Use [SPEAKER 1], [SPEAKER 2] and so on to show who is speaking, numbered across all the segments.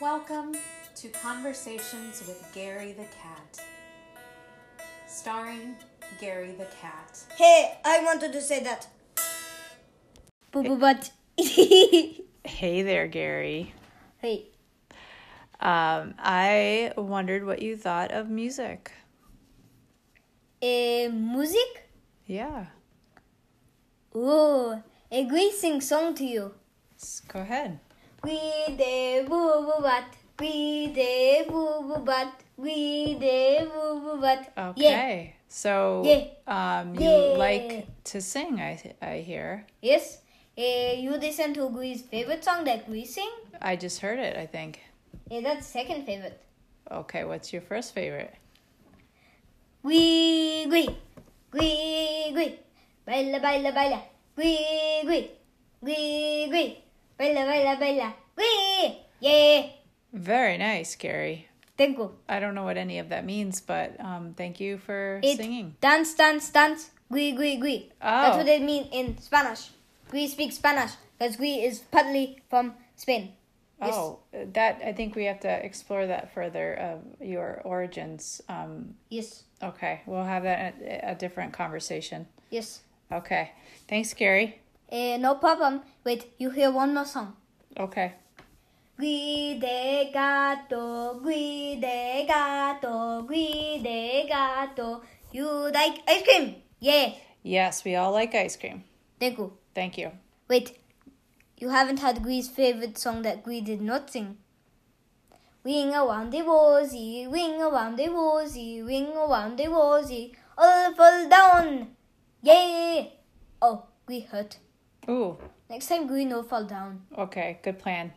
[SPEAKER 1] Welcome to Conversations with Gary the Cat, starring Gary the Cat.
[SPEAKER 2] Hey, I wanted to say that. Eh. But
[SPEAKER 3] Hey there, Gary.
[SPEAKER 2] hey,
[SPEAKER 3] Um, I wondered what you thought of music.
[SPEAKER 2] uh, music?
[SPEAKER 3] Yeah,
[SPEAKER 2] Oh, a great sing song to you.
[SPEAKER 3] S- go ahead.
[SPEAKER 2] We de boo boo bat, we de boo boo bat, we de boo boo bat. Yeah.
[SPEAKER 3] Okay, so um, you
[SPEAKER 2] Yeah.
[SPEAKER 3] like to sing. I I hear.
[SPEAKER 2] Yes. Uh, you listen to Gree's favorite song that we sing?
[SPEAKER 3] I just heard it. I think.
[SPEAKER 2] Yeah, that's second favorite.
[SPEAKER 3] Okay, what's your first favorite?
[SPEAKER 2] Gui gui, gui gui, baila baila baila, gui gui, gui gui, baila baila baila, gui. Yeah,
[SPEAKER 3] Very nice, Gary.
[SPEAKER 2] thank you.
[SPEAKER 3] I don't know what any of that means, but um, thank you for
[SPEAKER 2] It
[SPEAKER 3] singing.
[SPEAKER 2] dance dance dance, gui gui gui. That's
[SPEAKER 3] Oh.
[SPEAKER 2] what it mean in Spanish. Gui speaks Spanish because gui is partly from Spain. Yes.
[SPEAKER 3] Oh, that I think we have to explore that further of your origins. Um,
[SPEAKER 2] Yes,
[SPEAKER 3] okay, we'll have that at a different conversation.
[SPEAKER 2] yes.
[SPEAKER 3] Okay. Thanks, Gary.
[SPEAKER 2] Eh, no problem. Wait, you hear one more song.
[SPEAKER 3] Okay.
[SPEAKER 2] Guide gato, guide gato, guide gato. You like ice cream? Yeah.
[SPEAKER 3] Yes, we all like ice cream.
[SPEAKER 2] Thank you.
[SPEAKER 3] Thank you.
[SPEAKER 2] Wait, you haven't had Gui's favorite song that Gui did not sing. Wing around the rosy, wing around the rosy, wing around the rosy. All fall down. Yeah. Oh, Gui hurt.
[SPEAKER 3] Ooh,
[SPEAKER 2] Next time Gui no fall down.
[SPEAKER 3] okay. Good plan.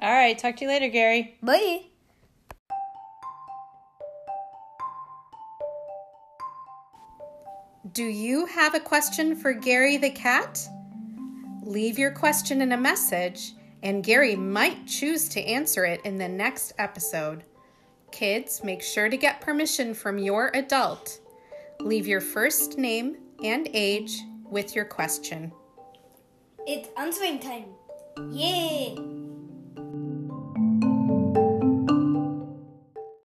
[SPEAKER 3] All right. Talk to you later, Gary.
[SPEAKER 2] Bye.
[SPEAKER 1] Do you have a question for Gary the Cat? Leave your question in a message, and Gary might choose to answer it in the next episode. Kids, make sure to get permission from your adult. Leave your first name and age with your question.
[SPEAKER 2] It's answering time. Yay!